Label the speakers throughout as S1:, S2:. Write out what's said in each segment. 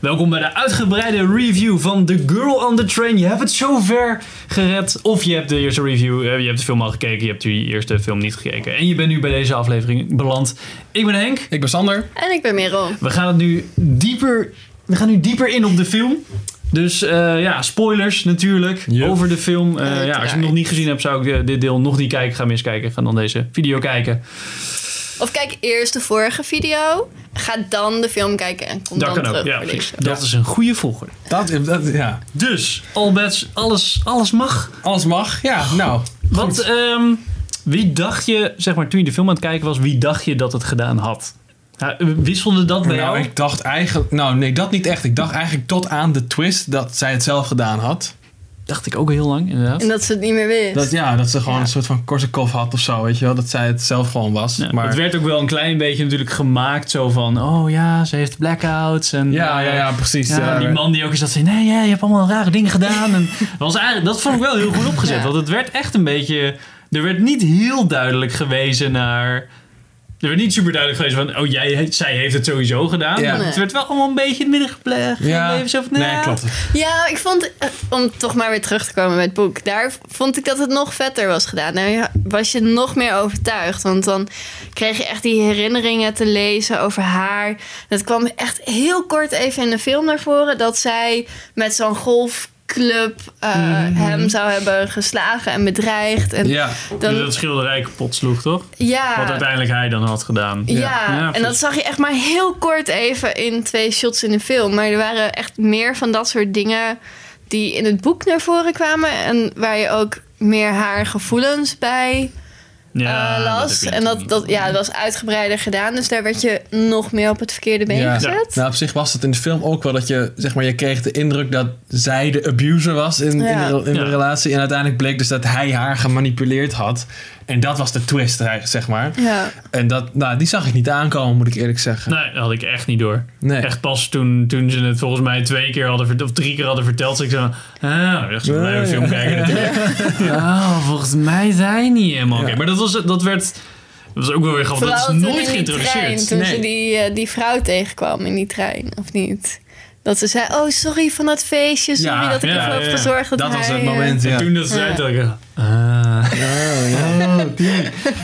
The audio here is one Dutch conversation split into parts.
S1: Welkom bij de uitgebreide review van The Girl on the Train. Je hebt het zover gered. Of je hebt de eerste review, eh, je hebt de film al gekeken, je hebt die eerste film niet gekeken. En je bent nu bij deze aflevering beland. Ik ben Henk.
S2: Ik ben Sander.
S3: En ik ben Merel.
S1: We gaan het nu dieper, we gaan nu dieper in op de film. Dus eh, ja, spoilers natuurlijk
S2: Yep.
S1: over de film. Eh, ja, als je hem
S3: Uiteraard.
S1: nog niet gezien hebt, zou ik eh, dit deel nog niet kijken. Ga miskijken. Ga dan deze video kijken.
S3: Of kijk eerst de vorige video. Ga dan de film kijken en kom
S1: Dat
S3: dan
S1: kan
S3: terug
S1: ook. Ja,
S3: voor
S1: precies.
S3: deze.
S1: Dat
S2: Ja.
S1: is een goede volgorde.
S2: Dat, dat, ja.
S1: Dus, all bets, alles, alles mag.
S2: Alles mag. Ja, nou.
S1: Want ehm, wie dacht je, zeg maar, toen je de film aan het kijken was, wie dacht je dat het gedaan had? Ja, wisselde dat bij
S2: Nou,
S1: jou?
S2: ik dacht eigenlijk... Nou, nee, dat niet echt. Ik dacht eigenlijk tot aan de twist dat zij het zelf gedaan had.
S1: Dacht ik ook heel lang, inderdaad.
S3: En dat ze het niet meer wist.
S2: Dat, ja, dat ze gewoon
S3: Ja.
S2: een soort van Korsakoff had of zo, weet je wel. Dat zij het zelf gewoon was.
S1: Ja,
S2: maar,
S1: Het werd ook wel een klein beetje natuurlijk gemaakt zo van, oh ja, ze heeft blackouts en...
S2: ja, ja, ja, precies.
S1: Ja,
S2: Ja,
S1: die man die ook eens dat zei, nee, ja, je hebt allemaal rare dingen gedaan. En dat, was eigenlijk, dat vond ik wel heel goed opgezet.
S3: Ja.
S1: Want het werd echt een beetje... Er werd niet heel duidelijk gewezen naar... Er werd niet super duidelijk gewezen van, oh, jij, zij heeft het sowieso gedaan.
S2: Ja.
S1: Maar Het werd wel allemaal een beetje in het midden gepleegd.
S2: Ja.
S1: Even zo van,
S2: Nee,
S1: nou,
S2: klopt.
S3: Ja, ik vond, eh, om toch maar weer terug te komen met het boek, daar vond ik dat het nog vetter was gedaan. Daar ja, was je nog meer overtuigd, want dan kreeg je echt die herinneringen te lezen over haar. Dat kwam echt heel kort even in de film naar voren, dat zij met zo'n golfclub eh,
S1: Mhm.
S3: hem zou hebben geslagen en bedreigd. En
S2: Ja.
S1: Dus
S3: dan,
S1: dat schilderij kapot sloeg, toch?
S3: ja.
S1: Wat uiteindelijk hij dan had gedaan.
S3: Ja,
S1: Ja,
S3: en dat
S1: precies.
S3: zag je echt maar heel kort even in twee shots in de film. Maar er waren echt meer van dat soort dingen die in het boek naar voren kwamen. En waar je ook meer haar gevoelens bij eh, las. en dat, dat, ja, dat was uitgebreider gedaan. Dus daar werd je nog meer op het verkeerde been
S2: Ja.
S3: gezet.
S2: Nou, op zich was het in de film ook wel dat je, zeg maar, je kreeg de indruk dat zij de abuser was in,
S3: Ja.
S2: in, de, in de
S1: Ja.
S2: relatie. En uiteindelijk bleek dus dat hij haar gemanipuleerd had. En dat was de twist, eigenlijk, zeg maar.
S3: Ja.
S2: En dat, nou, die zag ik niet aankomen, moet ik eerlijk zeggen.
S1: Nee, dat had ik echt niet door.
S2: Nee.
S1: Echt pas toen, toen ze het volgens mij twee keer hadden vert- of drie keer hadden verteld. Dus ik zo, ah, echt zo
S2: Ja,
S1: blijven
S2: ja.
S1: film kijken natuurlijk. Oh, volgens mij zijn niet helemaal oké.
S2: Ja.
S1: Maar dat, was, dat werd, dat was ook wel weer grappig. Dat
S3: Vooral
S1: is
S3: toen
S1: nooit
S3: in die trein,
S1: geïntroduceerd.
S3: toen
S2: Nee.
S3: ze die, eh, die vrouw tegenkwam in die trein, of niet? Dat ze zei, oh sorry van dat feestje, sorry
S2: Ja,
S3: dat ik
S1: ja,
S3: ervoor heb
S1: ja.
S3: gezorgd dat
S2: Dat was
S3: hij,
S2: het
S3: eh,
S2: moment, ja.
S1: Toen dat ze zei,
S3: Ja.
S1: dacht ik, ah.
S2: Oh, ja.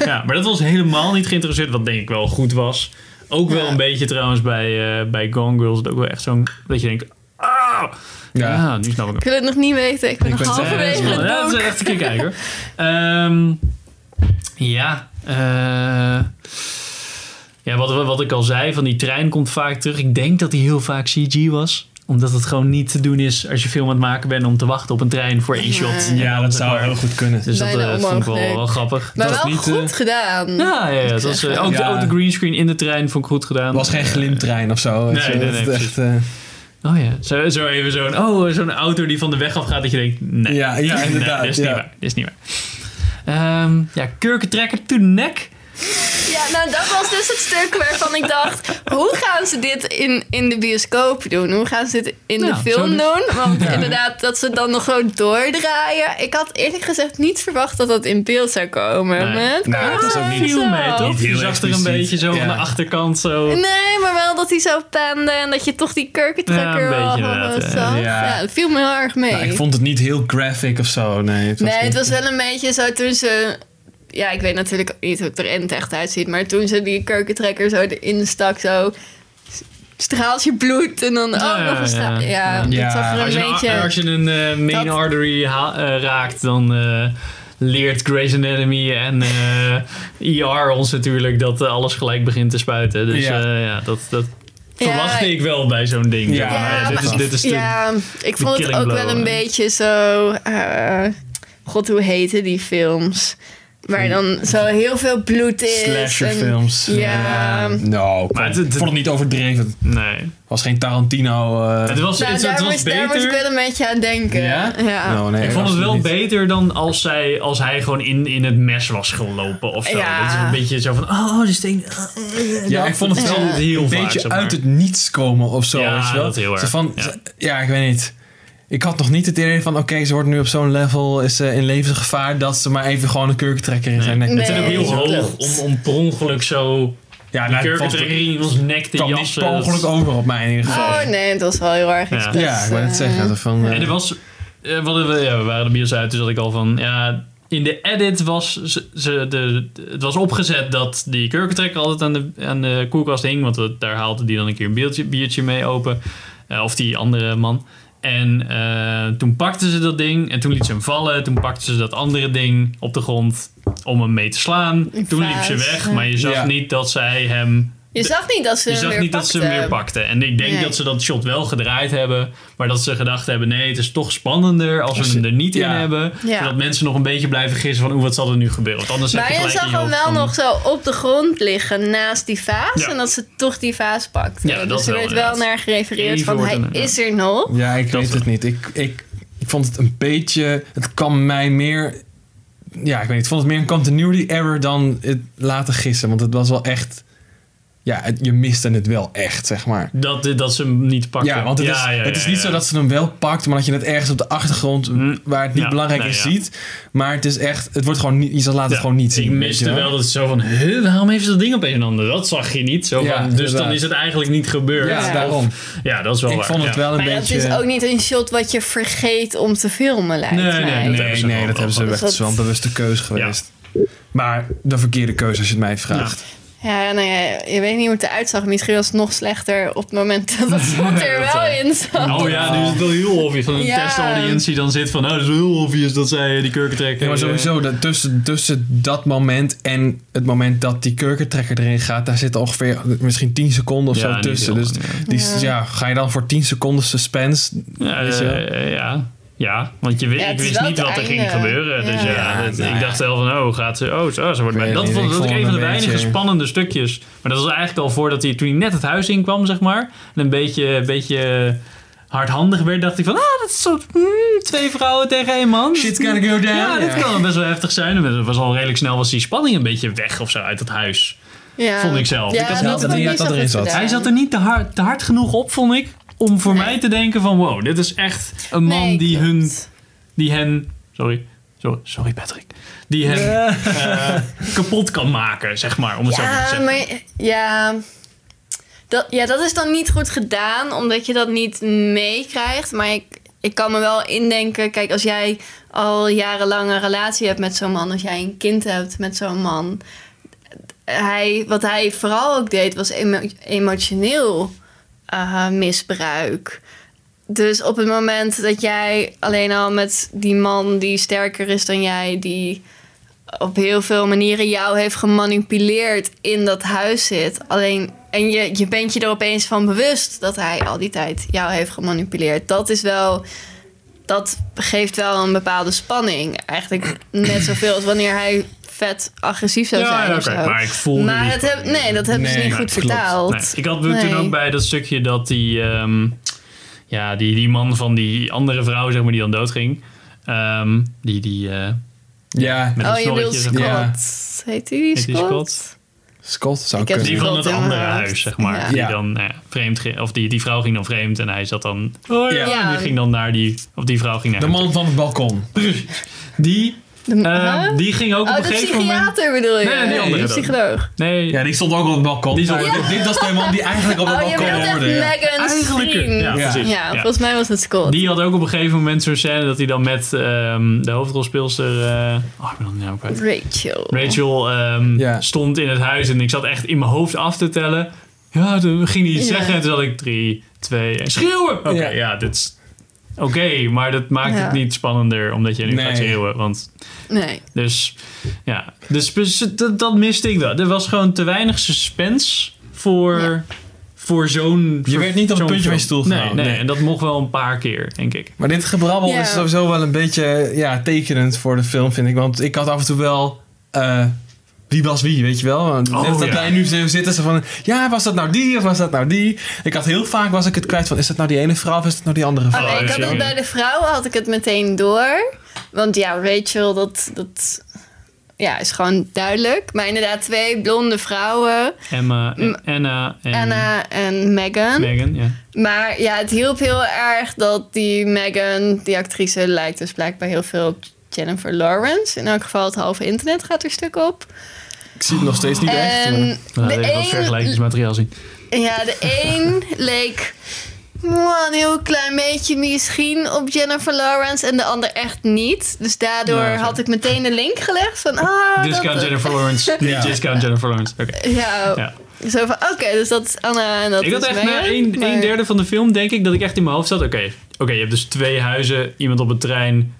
S1: Ja, maar dat was helemaal niet geïnteresseerd, wat denk ik wel goed was. Ook wel
S3: Ja.
S1: een beetje trouwens bij, eh, bij Gone Girls. Dat ook wel echt zo'n, dat je denkt, ah, ja.
S2: Ja.
S1: nu snap ik hem.
S3: Ik wil het nog niet weten. Ik ben
S2: Ik
S3: nog
S2: ben
S3: halverwege
S2: het
S3: het
S1: Eh, Ja, dat
S3: boek.
S1: is echt een keer kijken hoor. Ehm, ja, eh, ja wat, wat ik al zei, van die trein komt vaak terug. Ik denk dat die heel vaak CG was omdat het gewoon niet te doen is als je film aan het maken bent om te wachten op een trein voor één shot.
S3: Nee.
S2: Ja, dat zou heel goed kunnen.
S1: Dus dat,
S3: Bijna
S1: eh, vond ik wel,
S3: onmogelijk.
S1: wel grappig.
S3: Maar
S2: dat
S3: wel
S2: is niet,
S3: goed
S2: eh,
S3: gedaan.
S1: Ja, ja, ja. Dat was, eh, ook, de,
S2: Ja.
S1: ook de greenscreen in de trein vond ik goed gedaan.
S2: Het was geen glimtrein of zo. weet
S1: Nee,
S2: je,
S1: nee,
S2: dat
S1: nee,
S2: het echt, eh,
S1: Oh ja, zo, zo even zo'n oh, zo'n auto die van de weg af gaat dat je denkt, nee,
S2: Ja, ja,
S1: nee,
S2: inderdaad,
S1: dit is niet
S2: ja.
S1: waar, dit is niet waar. Ehm, ja, kurkentrekker to the neck.
S3: Ja, nou dat was dus het stuk waarvan ik dacht... hoe gaan ze dit in, in de bioscoop doen? Hoe gaan ze dit in
S1: Ja,
S3: de
S1: zo
S3: film
S1: dus.
S3: doen? Want inderdaad, dat ze het dan nog gewoon doordraaien. Ik had eerlijk gezegd niet verwacht dat dat in beeld zou komen.
S1: Nee.
S3: Maar het
S2: Nou,
S3: kwam
S2: dat is ook
S3: wel
S2: niet-
S3: zo.
S1: Ah, Viel mee, toch?
S2: Niet heel
S1: Je zag er een
S2: expliciet.
S1: beetje zo
S2: Ja.
S1: aan de achterkant zo.
S3: Nee, maar wel dat hij zo pende en dat je toch die kurkentrekker
S1: Ja, een beetje
S3: wel
S1: inderdaad,
S3: zag.
S1: ja.
S3: Ja. dat viel me heel erg mee.
S2: nou, ik vond het niet heel graphic of zo. Nee, het was,
S3: Nee,
S2: niet-
S3: het was wel een beetje zo toen ze. Ja, ik weet natuurlijk niet hoe het er in het echt uitziet. Maar toen ze die kurkentrekker zo erin stak, zo. s- Straaltje bloed en dan.
S1: Ja,
S3: oh, nog
S1: ja,
S3: een straal. Ja,
S1: ja.
S3: dat
S2: Ja,
S3: zag er
S1: Als je
S3: een
S1: een,
S3: beetje.
S1: als je een eh, main
S3: Dat-
S1: artery ha- eh, raakt, dan eh, leert Grey's Anatomy en eh ER ons natuurlijk dat eh, alles gelijk begint te spuiten. Dus
S2: Ja.
S1: eh, ja, dat, dat
S3: Ja.
S1: verwachtte ik wel bij zo'n ding.
S2: Ja,
S1: Maar
S2: ja,
S1: dit,
S3: maar
S1: is,
S3: ik-
S1: dit is de
S3: ja, ik
S1: de
S3: vond het
S1: killing
S3: ook
S1: blow,
S3: wel een
S1: hè?
S3: beetje zo. eh, God, hoe heten die films? Waar dan zo heel veel bloed is.
S2: Slasherfilms.
S3: en- Ja.
S2: Nou,
S1: Maar
S2: maar
S1: het- het-
S2: ik vond het niet overdreven. Het
S1: Nee.
S2: was geen Tarantino. eh,
S1: Het was,
S3: Nou,
S1: het, het
S3: daar,
S1: was
S3: moest, daar moest ik
S1: beter.
S3: wel een beetje aan denken.
S2: Ja?
S3: ja.
S2: Nou, nee,
S1: Ik vond het
S2: absoluut
S1: wel
S2: niet.
S1: beter dan als, zij, als hij gewoon in, in het mes was gelopen of zo.
S3: Ja.
S1: Dat is een beetje zo van, oh, dit steen.
S2: Ja, ik vond het
S1: dat
S2: wel
S1: is heel
S2: een
S1: vaak,
S2: beetje
S1: zeg maar.
S2: uit het niets komen of zo.
S1: Ja,
S2: weet je wel?
S1: dat heel erg,
S2: Zo Van,
S1: ja.
S2: ja. ik weet niet. Ik had nog niet het idee van, oké, ze wordt nu op zo'n level, is ze in levensgevaar, dat ze maar even gewoon een kurkentrekker in zijn nek
S1: Het
S3: Nee.
S1: zit ook heel
S3: dat
S1: hoog
S3: klopt.
S1: om, om per ongeluk zo
S2: Ja,
S1: Die
S2: nou, het was-
S1: kurkentrekker in iemands nek te
S2: kwam niet
S1: jassen.
S2: per
S1: dat is-
S2: ongeluk over op mij in ieder geval.
S3: Oh nee, het was wel heel erg
S1: Ja.
S3: expres.
S2: ja, ik wou net
S3: eh,
S2: zeggen. Van, eh,
S1: En er was... eh, we, hadden- ja, we waren de bios uit, dus had ik al van... Ja, in de edit was ze, ze- de, het was opgezet dat die kurkentrekker altijd aan de, aan de koelkast hing. Want we- daar haalde die dan een keer een biertje, biertje mee open. Eh, of die andere man. En eh, toen pakten ze dat ding en toen liet ze hem vallen. Toen pakten ze dat andere ding op de grond om hem mee te slaan.
S3: Een
S1: Toen liep
S3: vaas,
S1: ze weg,
S3: ja.
S1: maar je zag
S2: Ja.
S1: niet dat zij hem
S3: Je zag niet dat ze
S1: je
S3: hem
S1: zag
S3: weer
S1: niet dat ze hem weer
S3: pakten.
S1: pakten. En ik denk
S3: Nee.
S1: dat ze dat shot wel gedraaid hebben. Maar dat ze gedacht hebben, nee, het is toch spannender als we hem er niet
S2: Ja.
S1: in hebben.
S3: Ja.
S1: Zodat mensen nog een beetje blijven gissen van, oeh, wat zal er nu gebeuren? Want anders heb
S3: Maar
S1: je
S3: je
S1: gelijk
S3: zag
S1: in je
S3: hem
S1: hoofd
S3: wel
S1: van-
S3: nog zo op de grond liggen naast die vaas.
S1: Ja.
S3: En dat ze toch die vaas pakt.
S1: Ja, dat wel,
S3: dus er werd wel
S1: inderdaad.
S3: naar gerefereerd
S1: Even
S3: van
S1: wordt
S3: hij
S1: er- ja.
S3: is er nog.
S2: Ja, ik
S1: Dat
S2: weet
S1: wel.
S2: het niet. Ik, ik, ik vond het een beetje. Het kwam mij meer. Ja, ik weet niet. Ik vond het meer een continuity error dan het laten gissen. Want het was wel echt. Ja, het- je miste het wel echt, zeg maar.
S1: Dat, dat ze hem niet pakten.
S2: Ja, want het, is,
S1: ja, ja,
S2: het is
S1: ja,
S2: niet
S1: ja.
S2: zo dat ze hem wel pakt, maar dat je het ergens op de achtergrond
S1: Hm.
S2: waar het niet
S1: Ja,
S2: belangrijk
S1: nou
S2: is
S1: ja.
S2: ziet. Maar het is echt, het wordt gewoon niet, je zal laten het
S1: Ja,
S2: gewoon niet zien.
S1: Ik
S2: weet je
S1: miste wel dat het zo van, huh, waarom heeft ze dat ding op een en ander? Dat zag je niet. Zo
S2: Ja,
S1: van, dus dan
S2: inderdaad.
S1: is het eigenlijk niet gebeurd.
S2: Ja,
S1: Of-
S2: daarom.
S1: Ja, dat is wel
S2: Ik
S1: waar,
S2: vond het
S1: ja.
S2: wel een
S3: Maar dat
S2: beetje.
S3: is ook niet een shot wat je vergeet om te filmen, lijkt
S1: Nee, nee,
S3: mij.
S1: nee.
S2: Nee, nee, dat hebben ze
S3: Dus
S2: echt
S3: dat-
S2: dat... wel een bewuste keuze geweest. Maar de verkeerde keuze als je het mij vraagt.
S3: Ja, nou ja, je weet niet hoe het eruit zag. Misschien was het nog slechter op het moment dat dat shot er
S1: dat
S3: wel
S1: zou-
S3: in zat.
S1: Oh ja, nu is het wel heel obvious. Van een
S3: Ja.
S1: test audience die dan zit van, oh, dat is wel heel obvious dat zij eh, die kurkentrekker...
S2: Ja, maar sowieso, dat tussen, tussen dat moment en het moment dat die kurkentrekker erin gaat, daar zit ongeveer misschien 10 seconden of
S1: Ja,
S2: zo
S1: niet
S2: tussen.
S1: heel
S2: Dus
S1: lang,
S2: die,
S3: Ja.
S2: ja. ga je dan voor 10 seconden suspense?
S1: Ja,
S2: Weet je wel?
S1: eh, ja. ja, want je, wi-
S3: Ja, het
S1: ik
S3: is
S1: wist
S3: wel
S1: niet
S3: het
S1: wat er
S3: einde.
S1: ging gebeuren. Dus ja,
S3: Ja.
S2: Ja,
S1: dat-
S2: nou
S1: ik
S2: ja.
S1: dacht wel van, oh, gaat ze... Oh, zo, ze wordt
S2: weet
S1: bij. Dat
S2: niet,
S1: vond,
S2: ik
S1: dat
S2: vond
S1: ik
S2: het
S1: een van de
S2: een
S1: weinige
S2: beetje-
S1: spannende stukjes. Maar dat was eigenlijk al voordat hij, toen hij net het huis in kwam, zeg maar. En een beetje, een beetje hardhandig werd, dacht ik van... Ah, dat is zo... hmm, twee vrouwen tegen één man.
S2: Shit's gonna go down.
S1: Ja, dat
S2: Ja.
S1: kan best wel heftig zijn. En Het was al redelijk snel was die spanning een beetje weg of zo uit het huis.
S3: Ja.
S1: Vond ik zelf.
S3: Ja,
S1: Ik had
S2: wel
S3: dat
S2: het idee dat dat erin zat.
S1: Hij zat er niet te hard, te hard genoeg op, vond ik. Om voor
S3: Nee.
S1: mij te denken van wow, dit is echt een man die, hun, die hen... Sorry, sorry, sorry Patrick. Die hen eh, kapot kan maken, zeg maar. Om het zo maar te
S3: Ja,
S1: zeggen.
S3: maar ja. Dat, ja, dat is dan niet goed gedaan, omdat je dat niet meekrijgt. Maar ik, ik kan me wel indenken, kijk, als jij al jarenlang een relatie hebt met zo'n man, als jij een kind hebt met zo'n man. Hij, wat hij vooral ook deed, was emo- emotioneel eh, misbruik. Dus op het moment dat jij alleen al met die man die sterker is dan jij, die op heel veel manieren jou heeft gemanipuleerd in dat huis zit. Alleen, en je, je bent je er opeens van bewust dat hij al die tijd jou heeft gemanipuleerd. Dat is wel. Dat geeft wel een bepaalde spanning. Eigenlijk net zoveel als wanneer hij vet agressief zou zijn.
S1: ja,
S3: of
S1: oké,
S3: zo.
S1: maar ik voelde
S3: Maar
S1: die
S3: dat heb, nee, dat hebben ze
S2: Nee,
S3: niet
S2: nee, klopt.
S3: goed vertaald.
S1: Nee, ik had toen
S3: Nee.
S1: ook bij dat stukje dat die, ehm, ja, die, die man van die andere vrouw, zeg maar, die dan doodging. ehm, die, die, eh,
S2: Ja,
S1: met een
S3: Oh, je
S1: snorretje,
S3: bedoelt
S1: zeg
S3: Scott.
S1: maar.
S2: Ja.
S3: Heet die
S1: Heet die
S3: Scott?
S1: Scott?
S2: Scott zou
S3: Ik heb
S2: kunnen.
S1: Die van het
S3: Klopt,
S1: andere
S3: inderdaad.
S1: huis, zeg maar.
S3: Ja.
S1: Die
S2: Ja.
S1: dan nou ja, vreemd ging, of die, die vrouw ging dan vreemd en hij zat dan. Oh ja.
S2: Ja.
S1: en Die ging dan naar die, of die vrouw ging naar.
S2: De
S1: hem
S2: man van het balkon.
S1: toe. Die,
S3: De,
S1: eh,
S3: huh?
S1: die ging ook
S3: Oh,
S1: op een
S3: de
S1: gegeven moment.
S3: psychiater bedoel je?
S1: Nee, die andere
S3: de
S1: dan.
S3: psycholoog.
S1: Nee,
S2: Ja, die stond ook op het balkon.
S1: Die stond-
S2: Maar dit, dit was de man die eigenlijk op het
S3: Oh, je
S2: balkon
S3: bedoelt echt
S2: hoorde. ja.
S3: Megan's
S1: eigenlijk.
S3: vriend.
S1: Ja,
S2: Ja.
S1: precies. Ja.
S3: Ja, volgens mij was het Scott.
S1: Die had ook op een gegeven moment zo'n scène dat hij dan met ehm, de hoofdrolspeelster. eh oh, ik ben dan de naam kwijt.
S3: Rachel.
S1: Rachel ehm,
S2: Ja.
S1: stond in het huis en ik zat echt in mijn hoofd af te tellen. Ja, toen ging hij iets
S3: Ja.
S1: zeggen en toen had ik drie, twee en schreeuwen. Oké,
S2: Ja.
S1: ja. dit is... Oké, maar dat maakt
S3: Ja.
S1: het niet spannender omdat je nu
S2: Nee.
S1: gaat schreeuwen. Want
S3: Nee.
S1: dus, ja. Dus pres- dat, dat miste ik wel. Er was gewoon te weinig suspense voor,
S3: Ja.
S1: voor zo'n...
S2: Je
S1: voor
S2: werd niet op het
S1: zo'n
S2: puntje
S1: film.
S2: van je stoel
S1: nee,
S2: gehouden.
S1: nee,
S2: Nee.
S1: en dat mocht wel een paar keer, denk ik.
S2: Maar dit gebrabbel
S3: Ja.
S2: is sowieso wel een beetje ja, tekenend voor de film, vind ik. Want ik had af en toe wel... eh, wie was wie, weet je wel? Want
S1: Oh,
S2: Net dat
S1: ja.
S2: wij nu zo zitten ze van... Ja, was dat nou die of was dat nou die? Ik had heel vaak was ik het kwijt van... Is dat nou die ene vrouw of is dat nou die andere vrouw?
S3: Oh, nee,
S1: Oh,
S3: ik
S1: is
S3: had
S1: hij
S3: het
S1: ook.
S3: bij de vrouwen had ik het meteen door. Want ja, Rachel, dat, dat ja, is gewoon duidelijk. Maar inderdaad, twee blonde vrouwen.
S1: Emma, en, Anna en
S3: Anna en Megan.
S1: Megan. Ja.
S3: Maar ja, het hielp heel erg dat die Megan, die actrice, lijkt dus blijkbaar heel veel op Jennifer Lawrence. In elk geval het halve internet gaat er stuk op.
S2: Ik zie het nog steeds niet echt. maar-
S3: En
S1: Nou, even wat
S3: de een
S1: vergelijkingsmateriaal zien.
S3: Ja, de een leek mwah, een heel klein beetje misschien op Jennifer Lawrence en de ander echt niet. Dus daardoor
S1: Ja, Nou, zo.
S3: had ik meteen een link gelegd van ah,
S1: Discount
S3: dat,
S1: Jennifer Lawrence.
S2: Ja.
S1: Discount Jennifer Lawrence. Oké.
S3: Ja,
S1: Ja.
S3: zo van oké, dus dat is Anna en dat
S1: ik had
S3: is
S1: echt
S3: Maya,
S1: na een,
S3: maar-
S1: een derde van de film, denk ik, dat ik echt in mijn hoofd zat. Oké, oké, je hebt dus twee huizen, iemand op een trein.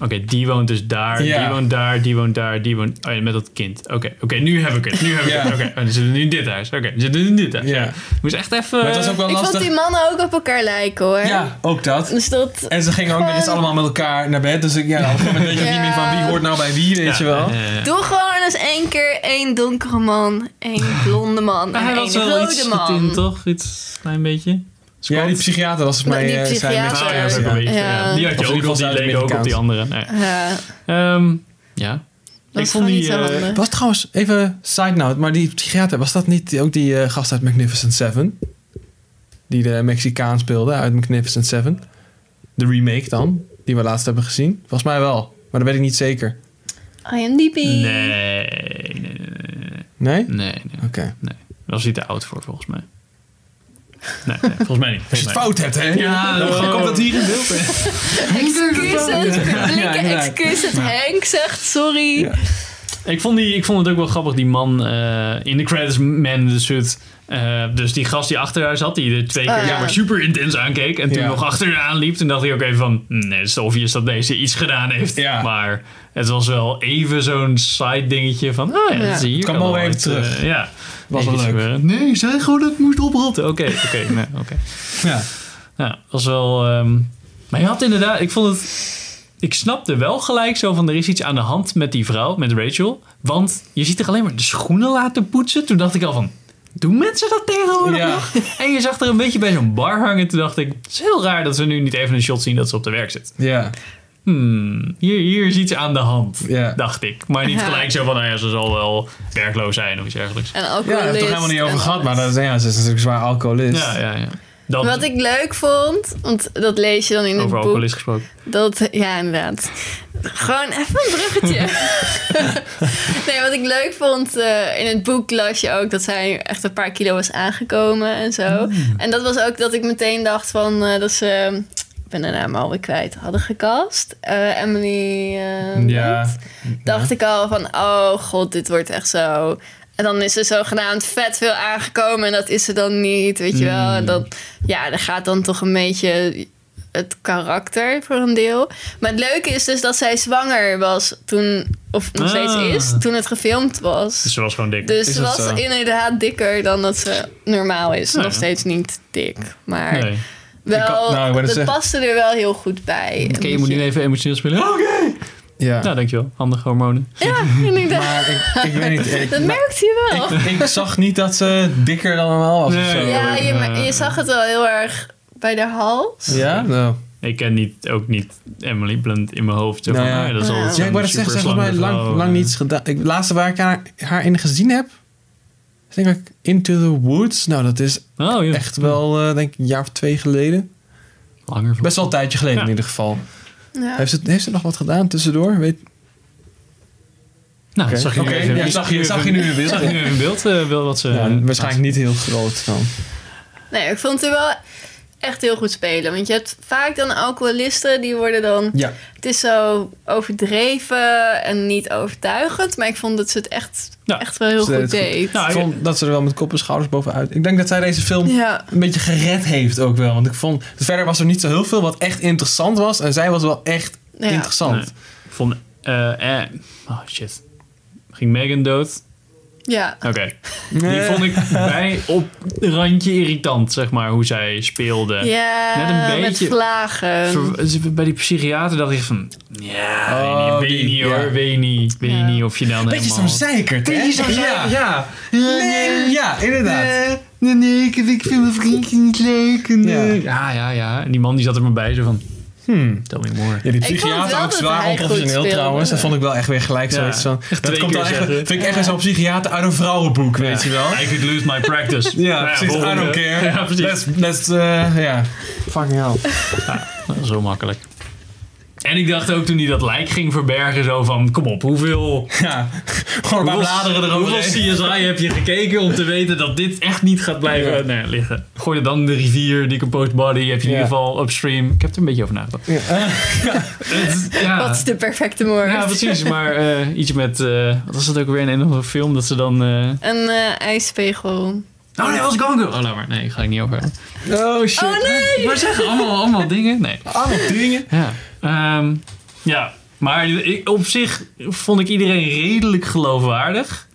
S1: Oké, die woont dus daar,
S2: Ja.
S1: die woont daar, die woont daar, die woont... Oh ja, met dat kind. Oké, oké, nu heb ik het, nu heb ik
S2: Ja.
S1: het. Oké, oh, dan zitten we nu in dit huis. Oké, dan zitten we nu in dit huis.
S2: Ja.
S1: Ik moest echt even...
S2: Maar het was ook wel
S3: Ik vond
S2: lastig.
S3: die mannen ook op elkaar lijken hoor.
S2: Ja, ook dat.
S3: Dus dat.
S2: En ze gingen ook nog eens allemaal met elkaar naar bed. Dus ik, ja, op een gegeven moment weet je ook niet meer van wie hoort nou bij wie,
S1: Ja,
S2: weet je wel.
S1: ja, ja, ja.
S3: Doe gewoon eens één keer één donkere man, één blonde man
S1: Maar hij
S3: en
S1: was
S3: één
S1: wel iets
S3: rode
S1: getint,
S3: man.
S1: toch? Iets een klein beetje.
S2: Ja, die psychiater was het
S3: Maar
S2: mij.
S3: die
S2: eh, zei
S3: psychiater-
S1: Oh,
S2: met-
S1: ja,
S3: Ja.
S1: dat ook wel een beetje, ja. Die had
S2: Of
S1: je
S2: in
S1: ook
S2: ieder
S1: al, die
S2: geval
S1: leek ook op die
S2: Zuid-Amerikaans.
S1: andere. Nee.
S3: Ja,
S1: Ehm, ja.
S3: dat
S1: ik vond
S3: is gewoon
S1: die...
S3: niet zo
S1: eh,
S3: handig.
S2: Was trouwens, even side note, maar die psychiater, was dat niet ook die eh, gast uit Magnificent Seven? Die de Mexicaan speelde uit Magnificent Seven. De remake dan, die we laatst hebben gezien. Volgens mij wel, maar dat weet ik niet zeker.
S3: IMDb.
S1: nee, nee, nee, nee, nee.
S2: Nee? Oké.
S1: Nee, nee. Daar was hij te oud voor, volgens mij. Nee, nee, volgens mij niet.
S2: Als je
S1: Volgens
S2: het
S1: mij niet.
S2: fout hebt, hè?
S1: Ja,
S2: dan
S1: oh.
S2: komt dat hier in beeld.
S3: Excuses,
S2: Ja,
S3: publieke
S2: inderdaad.
S3: excuses. Henk zegt sorry.
S2: Ja.
S1: Ik vond, die, ik vond het ook wel grappig, die man eh, in de credits, man in the suit. Eh, dus die gast die achter haar zat, die er twee keer
S3: Ah, ja.
S1: maar super intens aankeek. En toen
S2: Ja.
S1: nog achter haar aanliep. Toen dacht ik ook even van, hmm, nee, het is obvious dat deze iets gedaan heeft.
S2: Ja.
S1: Maar het was wel even zo'n side dingetje van, ah ja,
S3: Ja.
S1: zie je, hier
S2: Het kwam
S1: kan
S2: wel
S1: wel
S2: even
S1: wat,
S2: terug.
S1: eh, ja.
S2: Was wel
S1: Iets
S2: leuk.
S1: gebeuren. Nee, zij gewoon dat ik moest oprotten. Oké, oké, nee, oké.
S2: Ja.
S1: Ja, was wel. ehm, maar je had inderdaad, ik vond het. Ik snapte wel gelijk zo van er is iets aan de hand met die vrouw, met Rachel. Want je ziet er alleen maar de schoenen laten poetsen. Toen dacht ik al van. Doen mensen dat tegenwoordig
S2: Ja.
S1: nog? En je zag er een beetje bij zo'n bar hangen. Toen dacht ik, het is heel raar dat we nu niet even een shot zien dat ze op de werk zit.
S2: Ja.
S1: Hmm, hier, hier is iets aan de hand,
S2: Ja.
S1: dacht ik. Maar niet
S3: Ja.
S1: gelijk zo van, nou ja, ze zal wel werkloos zijn of iets dergelijks.
S3: En
S2: Ja, daar
S3: alcoholist.
S2: hebben we het toch helemaal niet over
S3: en
S2: gehad, maar
S3: alles.
S2: dat, ja, ze is natuurlijk zwaar alcoholist.
S1: Ja, ja, ja. Dat,
S3: Dus Wat ik leuk vond, want dat lees je dan in het
S1: over
S3: boek.
S1: alcoholist gesproken.
S3: Dat, ja, inderdaad. Gewoon even een bruggetje. nee, wat ik leuk vond, eh, in het boek las je ook dat zij echt een paar kilo was aangekomen en zo. En dat was ook dat ik meteen dacht van eh, dat ze, eh, ik ben de naam alweer kwijt, hadden gekast. Eh, Emily. eh,
S2: Ja.
S3: dacht ik al van, oh god, dit wordt echt zo. En dan is er zogenaamd vet veel aangekomen en dat is er dan niet, weet je wel.
S2: Hmm.
S3: En dan, ja, dan gaat dan toch een beetje het karakter voor een deel. Maar het leuke is dus dat zij zwanger was toen, of nog steeds
S1: Ah.
S3: is, toen het gefilmd
S1: Dus
S3: was.
S1: ze was gewoon dik.
S3: Dus
S2: Is
S3: ze
S2: dat
S3: was
S2: zo? Ah,
S3: inderdaad dikker dan dat ze normaal is.
S1: Nou
S3: Nog
S1: ja.
S3: steeds niet dik, maar
S1: nee.
S3: wel,
S2: Ik had- nou, ik wou net
S3: dat
S2: zeggen.
S3: paste er wel heel goed bij.
S1: Oké, je moet nu even emotioneel spelen.
S2: Oh,
S1: Oké.
S2: Ja.
S1: Nou, dankjewel. Handige hormonen.
S3: Ja, inderdaad.
S2: Maar ik, ik weet niet. Ik,
S3: dat merkte je wel.
S2: ik, ik zag niet dat ze dikker dan normaal was of
S1: Nee.
S2: zo.
S3: Ja,
S1: Eh,
S3: je, me- je zag het wel heel erg bij de hals.
S2: Ja? Nou.
S1: Ik ken niet, ook niet Emily Blunt in mijn hoofd. Zo van,
S2: Nou ja.
S1: ah, dat is
S3: Ja.
S1: altijd
S2: Ja,
S1: zo'n
S2: ik wou dat zeggen, ze heeft volgens mij
S1: superslanke
S2: lang,
S1: vrouw.
S2: lang niets gedaan. Ik, het laatste waar ik haar, haar in gezien heb, is denk ik Into the Woods. Nou, dat is
S1: Oh, ja.
S2: echt wel, eh, denk ik, een jaar of twee geleden.
S1: Langer.
S2: Best wel een tijdje geleden
S1: Ja.
S2: in ieder geval.
S3: Ja.
S2: Heeft, ze, heeft ze nog wat gedaan tussendoor? Weet,
S1: Nou, dat zag je nu
S2: Oké,
S1: even.
S2: ja, zag je- zag je nu in beeld.
S1: Zag je nu in beeld eh, wel wat ze...
S2: ja, waarschijnlijk niet heel groot dan.
S3: Nee, ik vond het wel echt heel goed spelen. Want je hebt vaak dan alcoholisten die worden dan...
S2: Ja.
S3: Het is zo overdreven en niet overtuigend. Maar ik vond dat ze het echt,
S1: Ja.
S3: echt wel heel
S2: Ze deed
S3: goed
S2: het goed.
S3: deed.
S1: Nou,
S2: Ik vond dat ze er wel met kop en schouders bovenuit. Ik denk dat zij deze film
S3: Ja.
S2: een beetje gered heeft ook wel. Want ik vond, verder was er niet zo heel veel wat echt interessant was. En zij was wel echt
S3: Ja.
S2: interessant.
S1: Nee. Ik vond... eh, eh, oh, shit. Ging Megan dood?
S3: Ja.
S1: Oké. Die vond ik bij op het randje irritant, zeg maar, hoe zij speelde.
S3: Ja,
S1: Net een beetje-
S3: met vlagen.
S1: Ver- eh, Bij die psychiater dacht ik van... Ja,
S2: Oh,
S1: weet je
S2: die,
S1: niet hoor.
S2: ja.
S1: Weet je niet. Weet je
S3: Ja.
S1: niet of je dan
S2: Beetje
S1: helemaal...
S2: zo'n zeikert, hè?
S1: Beetje zo'n
S2: Ja,
S1: zeikert.
S2: ja. Nee, ja, inderdaad.
S1: Nee, nee, ik, vind mijn vriendje niet leuk.
S2: Ja.
S1: ja. ja, ja, En die man die zat er maar bij, zo van... Hmm. Tell me more.
S2: Ja, die
S3: vond
S2: psychiater
S3: wel
S2: ook
S3: dat
S2: zwaar
S3: hij goed
S2: onprofessioneel
S3: speelde.
S2: trouwens. Dat vond ik wel echt weer gelijk
S1: Ja.
S2: zoiets van.
S1: Echt
S2: Dat
S1: twee
S2: komt dan
S1: keer
S2: echt,
S1: zeggen.
S2: vind ik echt weer zo'n psychiater uit een vrouwenboek, weet je wel.
S1: I could lose my practice.
S2: Ja, precies. I
S1: volgende.
S2: don't care.
S1: Ja, precies.
S2: Let's, let's, eh, ja. Fucking hell.
S1: Zo makkelijk. En ik dacht ook toen hij dat lijk ging verbergen, zo van, kom op, hoeveel,
S2: Ja, gewoon een paar bladeren
S1: hoeveel
S2: eroverheen.
S1: CSI heb je gekeken om te weten dat dit echt niet gaat blijven
S2: Ja.
S1: nou ja, liggen? Gooi er dan in de rivier, decomposed body, heb je in
S2: Ja.
S1: ieder geval upstream. Ik heb er een beetje over nagedacht.
S2: Ja.
S1: Het- ja.
S3: Wat is de perfecte moord?
S1: Ja, precies. Maar eh, iets met... eh, wat was dat ook weer in een of andere film? Dat ze dan... eh,
S3: Een eh, ijspegel.
S1: Oh nee, was Gone Girl. Oh, laat maar. Nee, ga ik niet over.
S2: Oh shit.
S3: Oh nee!
S1: Maar zeg, allemaal, allemaal dingen. Nee.
S2: Allemaal dingen.
S1: Ja. Ehm, ja. Maar ik- op zich vond ik iedereen redelijk geloofwaardig.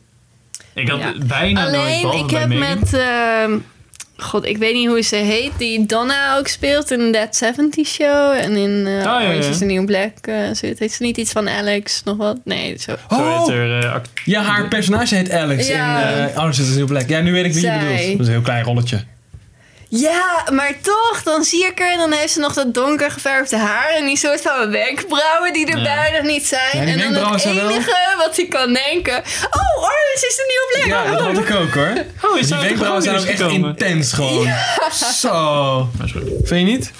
S1: Ik had
S3: Ja.
S1: bijna
S2: Nou,
S1: nooit...
S3: Alleen,
S1: behalve
S3: ik
S1: bij
S3: heb
S1: Megan.
S3: met... ehm, God, ik weet niet hoe ze heet. Die Donna ook speelt in That 70 Show. En in
S2: Ah,
S3: eh
S1: ja, ja.
S3: Orange is the New Black. eh, zoiets. Heet ze niet iets van Alex? Nog wat? Nee, zo.
S1: Zo heet
S2: Oh,
S1: er, eh, act-
S2: ja, haar personage heet Alex
S3: Ja.
S2: in eh Orange is the New Black. Ja, nu weet ik wie je
S3: Zij.
S2: bedoelt. Dat is een heel klein rolletje.
S3: Ja, maar toch, dan zie ik haar en dan heeft ze nog dat donker geverfde haar en die soort van wenkbrauwen die erbij nog niet
S2: Ja,
S3: zijn.
S2: die
S3: en dan
S2: wenkbrauwen
S3: het
S2: zijn wel-
S3: enige wat hij kan denken: Oh, Orange is de nieuwe Black.
S2: Ja, dat
S3: Oh,
S2: had ik ook hoor.
S1: Oh, is
S2: Die wenkbrauwen zijn ook echt intens gewoon. Zo. Vind je niet?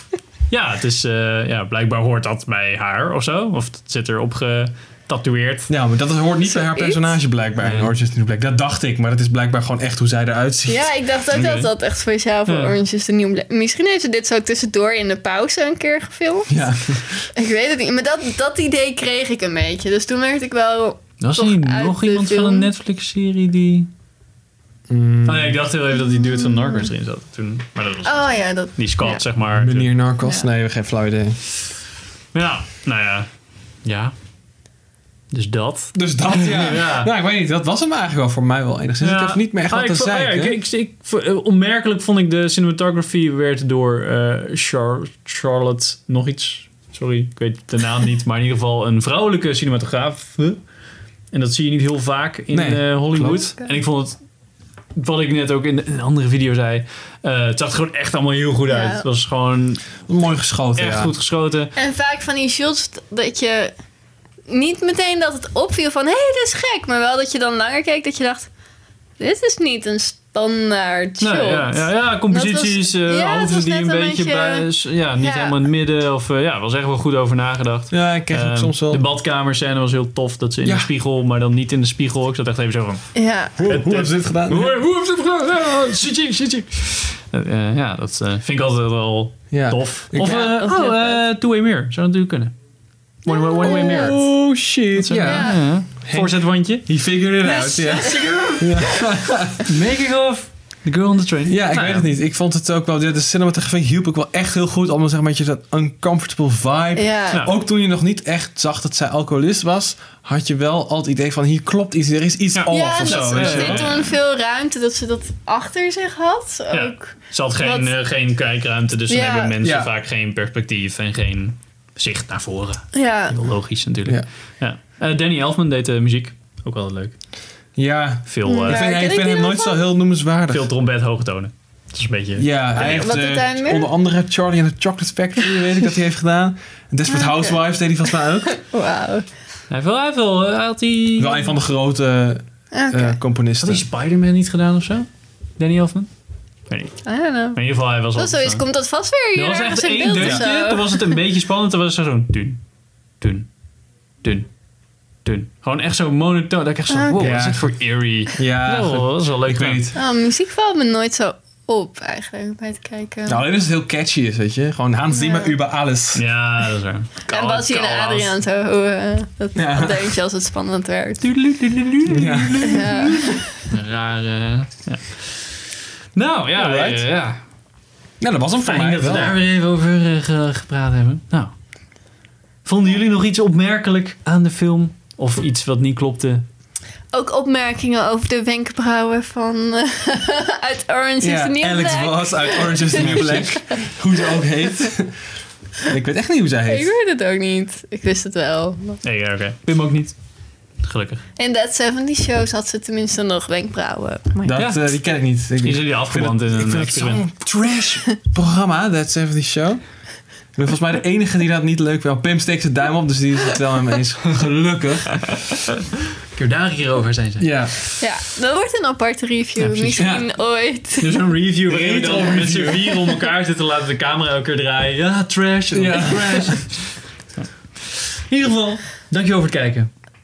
S1: Ja, het is, eh, ja, blijkbaar hoort dat bij haar of zo. Of het zit erop getatoeëerd.
S2: Ja, Nou, maar dat hoort niet bij haar
S3: Zoiets.
S2: personage blijkbaar.
S1: Nee.
S2: in Orange is the New Black. Dat dacht ik, maar dat is blijkbaar gewoon echt hoe zij eruit ziet.
S3: Ja, ik dacht ook
S1: Oké.
S3: dat dat echt speciaal voor
S1: Ja.
S3: Orange is de nieuwe Black. Misschien heeft ze dit zo tussendoor in de pauze een keer gefilmd.
S2: Ja.
S3: Ik weet het niet, maar dat, dat idee kreeg ik een beetje. Dus toen werd ik wel.
S1: Was
S3: Toch
S1: er niet
S3: uit
S1: nog
S3: de
S1: iemand van
S3: film.
S1: een Netflix-serie die...
S2: Mm,
S1: Oh, nee, ik dacht heel even dat die dude van Narcos erin zat toen. Maar dat was
S3: Oh ja, dat.
S1: die Scott,
S3: ja.
S1: zeg maar.
S2: Meneer Narcos?
S3: Ja.
S2: Nee, we hebben geen flauw idee.
S1: Ja, nou ja. Ja. Dus dat.
S2: Dus dat, ja.
S1: Ja.
S2: Nou, ik weet niet. Dat was hem eigenlijk wel voor mij wel enigszins.
S1: Ja.
S2: Dus Ik heb niet meer echt
S1: Ah,
S2: wat
S1: ik
S2: te
S1: vond- ah, ja,
S2: zeggen.
S1: ik- ik- ik vo- eh, Onmerkelijk vond ik de cinematography werd door eh, Char- Charlotte nog iets. Sorry, ik weet de naam niet. Maar in ieder geval een vrouwelijke cinematograaf. En dat zie je niet heel vaak in
S2: Nee,
S1: eh, Hollywood.
S3: klopt.
S1: En ik vond het, wat ik net ook in een andere video zei. eh, het zag er gewoon echt allemaal heel goed
S3: Ja.
S1: uit. Het was gewoon
S2: Mooi geschoten,
S1: echt
S2: ja.
S1: goed geschoten.
S3: En vaak van die shots dat je niet meteen dat het opviel van hé, hey, dit is gek. Maar wel dat je dan langer keek dat je dacht, dit is niet een standaard shot.
S1: Nee, ja, ja, ja, composities,
S3: Dat was-
S1: eh,
S3: ja, het
S1: hoofden
S3: was
S1: die
S3: net
S1: een
S3: een
S1: beetje,
S3: beetje-
S1: bij, s- ja, niet
S3: ja.
S1: helemaal in het midden. Of eh, ja, was echt wel goed over nagedacht.
S2: Ja, ik kreeg ook
S1: Ehm,
S2: soms wel...
S1: De badkamerscène was heel tof. Dat ze in
S2: Ja.
S1: de spiegel, maar dan niet in de spiegel. Ik zat echt even zo van...
S3: Ja.
S2: Hoe,
S1: Het- eh,
S2: hoe hebben ze dit gedaan?
S1: Hoe, hoe heeft het gedaan? Ja, shit, shit, shit, shit. Eh, eh, ja, dat eh, vind ik altijd wel
S2: Ja.
S1: tof.
S2: Ik-
S1: Of, eh,
S3: Ja, dat is
S1: oh,
S3: heel
S1: eh, Two-Way Mirror. Zou natuurlijk kunnen. One Way, one way Mirror.
S2: Oh shit.
S1: Zo,
S2: Ja.
S1: ja, ja. Voorzetwandje.
S2: He figured it out. Ja,
S1: Making of The Girl on the Train.
S2: ja ik
S1: Nou
S2: weet het niet. Ik vond het ook wel. De cinematografie hielp ik wel echt heel goed. Allemaal zeg maar een beetje dat uncomfortable vibe.
S3: Ja.
S1: Ja.
S2: Ook toen je nog niet echt zag dat zij alcoholist was, had je wel al het idee van hier klopt iets, er is iets
S1: Ja.
S2: off
S3: Ja,
S2: of
S3: dat
S2: zo.
S3: ze
S2: weet
S1: is-
S2: je wel.
S1: ja.
S3: dit toen veel ruimte dat ze dat achter zich had.
S1: Ja.
S3: Ook.
S1: Ze had geen,
S3: Wat-
S1: eh, geen kijkruimte, dus
S3: Ja.
S1: dan hebben mensen
S2: Ja.
S1: vaak geen perspectief en geen zicht naar voren.
S3: Ja.
S1: Heel logisch natuurlijk. Ja. Eh, Danny Elfman deed de muziek. Ook wel leuk.
S2: Ja.
S1: Veel, eh,
S2: Ik
S3: Ja.
S2: vind, ik
S3: ken ik
S2: vind
S3: die
S2: hem
S3: nou
S2: nooit
S3: van?
S2: zo heel noemenswaardig.
S1: veel trompet, hoge tonen. Dat is een beetje...
S2: Ja, hij heeft
S3: Wat
S2: eh,
S3: doet hij meer?
S2: onder andere Charlie and the Chocolate Factory, weet ik dat hij heeft gedaan. Desperate
S3: Ah, oké.
S2: Housewives deed hij vast mij ook.
S3: Wauw. Oké.
S1: Hij heeft wel, hij heeft wel, eh, had hij...
S2: Wel een van de grote eh,
S1: Had hij
S2: componisten.
S1: Spider-Man niet gedaan of zo? Danny Elfman? Nee. niet.
S3: I don't know.
S1: Maar in ieder geval, hij was
S3: Dat
S1: al...
S3: is zoiets, komt dat vast weer
S1: Er
S3: hier
S1: was
S3: ergens
S1: echt
S3: in
S1: één
S3: beeld of
S1: deuntje.
S3: zo?
S1: Toen was het een beetje spannend. Toen was het zo'n... Dun, dun, dun, dun. Gewoon echt zo monotoon. Dat ik echt zo...
S3: Ah, oké.
S1: Wow, wat is
S2: Ja.
S1: dit voor eerie?
S2: Ja,
S1: Oh,
S2: goed.
S1: dat is wel leuk.
S2: ik weet
S1: gedaan.
S2: niet.
S3: Oh, muziek valt me nooit zo op eigenlijk bij het kijken.
S2: Nou, alleen als het heel catchy is, weet je. Gewoon Hans Zimmer über alles.
S1: Ja, dat is waar.
S3: en Basje en
S1: Koud,
S3: Adriaan zo. hoe, eh, dat
S2: Ja.
S3: dat deuntje als het spannend werd. eh,
S1: koud.
S2: Ja.
S3: Ja.
S1: Een raar... eh, ja. Nou, ja,
S2: Alright.
S1: eh, ja.
S2: Nou, dat was hem voor
S1: Fijn
S2: mij
S1: dat we
S2: wel.
S1: daar weer even over eh, ge- gepraat hebben. Nou, vonden jullie nog iets opmerkelijk aan de film? Of iets wat niet klopte?
S3: Ook opmerkingen over de wenkbrauwen van eh, uit Orange is
S2: Ja,
S3: the New
S2: Alex
S3: Black.
S2: was uit Orange is the New Black. hoe ze ook heet. ik weet echt niet hoe zij
S3: Ik
S2: heet.
S3: weet het ook niet. Ik wist het wel.
S1: Nee, ja, oké. Pim ook niet. Gelukkig.
S3: In That 70 Shows had ze tenminste nog wenkbrauwen. Maar
S2: Dat,
S1: Ja.
S2: eh, die ken ik niet. Ik,
S1: Die zijn jullie
S2: ik vind
S1: afgebrand
S2: het-
S1: in
S2: ik
S1: een
S2: vind het
S1: experiment.
S2: zo'n trash programma, That 70 Show. Ik ben volgens mij de enige die dat niet leuk wil. Pim steekt zijn duim op, dus die is het wel mee eens. Gelukkig.
S1: Ik heb daar een keer over zijn ze.
S2: Ja.
S3: ja, dat wordt een aparte
S1: Ja,
S3: review.
S1: precies.
S3: Misschien ooit.
S1: Dus een review waarin we
S2: Retro
S1: dan met z'n
S2: review.
S1: vier om elkaar zitten laten de camera elke keer draaien. Ja, trash.
S2: Ja.
S1: Ja, trash. In ieder geval, dankjewel voor het kijken.